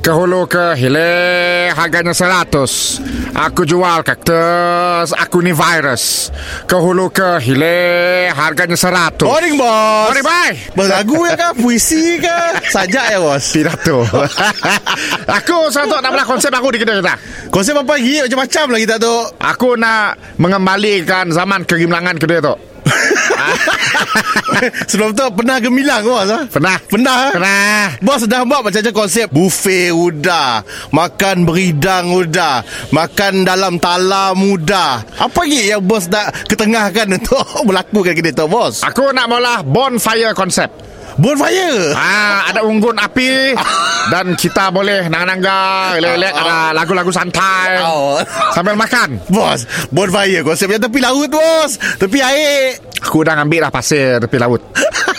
ke hulu ke hilir harganya seratus Aku jual kaktus Aku ni virus Ke hulu ke hilir harganya seratus Boring bos Mari bye Berlagu ya kah Puisi kah Sajak ya bos Pidato Aku sangat nak belah konsep aku di kedai kita Konsep apa lagi Macam-macam lagi tak tu Aku nak mengembalikan zaman kegemilangan kedai tu Sebelum tu pernah gemilang ke bos ha? Pernah Pernah ha? Pernah Bos dah buat macam-macam konsep Buffet udah Makan beridang udah Makan dalam tala muda Apa lagi yang bos nak ketengahkan Untuk melakukan kedai tu bos Aku nak mula bonfire konsep Bonfire Ah, ada unggun api dan kita boleh nangga-nangga, relax ada lagu-lagu santai Oh. sambil makan. Bos Bonfire konsepnya tepi laut bos Tepi air Aku dah ambil dah pasir tepi laut.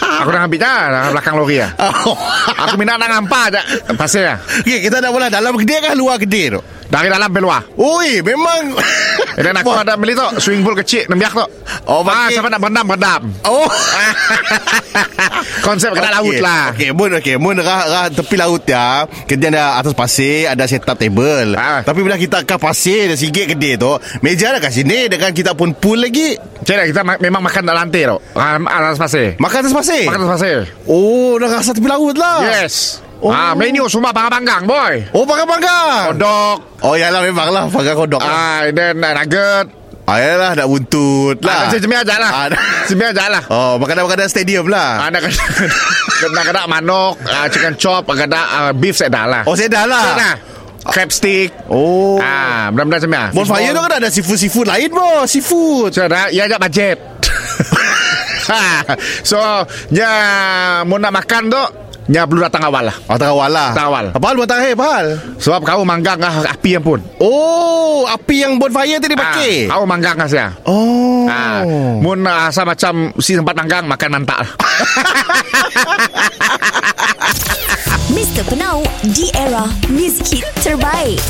Aku dah ambil dah dah belakang lori dah. Aku minat nak nampak je pasir dah. Okay, kita nak mula dalam kedai kah luar kedai tu? Dari dalam pergi luar. Oi, memang Eh, Dan aku ada beli tu Swing pool kecil Nembiak tu Oh, ah, pakai- Siapa nak berdam Berdam Oh, Konsep kedai laut Ah, lah Okey, mun okey, mun rah, rah tepi laut ya. Kedai ada atas pasir, ada set up table. Ah. Tapi bila kita ke pasir dan sikit kedai tu, meja dah kat sini dengan kita pun pool lagi. Cik dah, kita ma- memang makan dalam lantai tu ah, Atas pasir Makan atas pasir. Makan atas pasir Oh, dah rasa tepi laut lah. Yes Oh. Ah, menu semua panggang-panggang boy Oh, panggang-panggang. Kodok Oh, yalah memang lah panggang kodok. Ah. Ah, and then uh, nugget. ah yalah, nak buntut Lah. lah. Ada cemil aja lah. Ah, Ada dah. cemil aja lah. Oh, makanan-makanan stadium lah. Ada kena kena kena manok, uh, chicken chop, kena uh, beef saya dah lah. Oh, saya dah lah. Saya dah. Crab stick. Oh. Ah, benda-benda cemil. Bonfire tu kan ada seafood-seafood lain bro Seafood Saya dah, ia aja budget. Ha, so, ya mau nak makan tu, ya perlu datang awal lah. Oh tak awal lah Tak awal. Apa hal buat tak hal Sebab kau manggang ah api yang pun. Oh Api yang bonfire tadi Ah, pakai kau manggang ah saya. Oh Ah, mun ah, asal macam si tempat manggang makan mantak lah. Mr. Penau, di era music hit terbaik.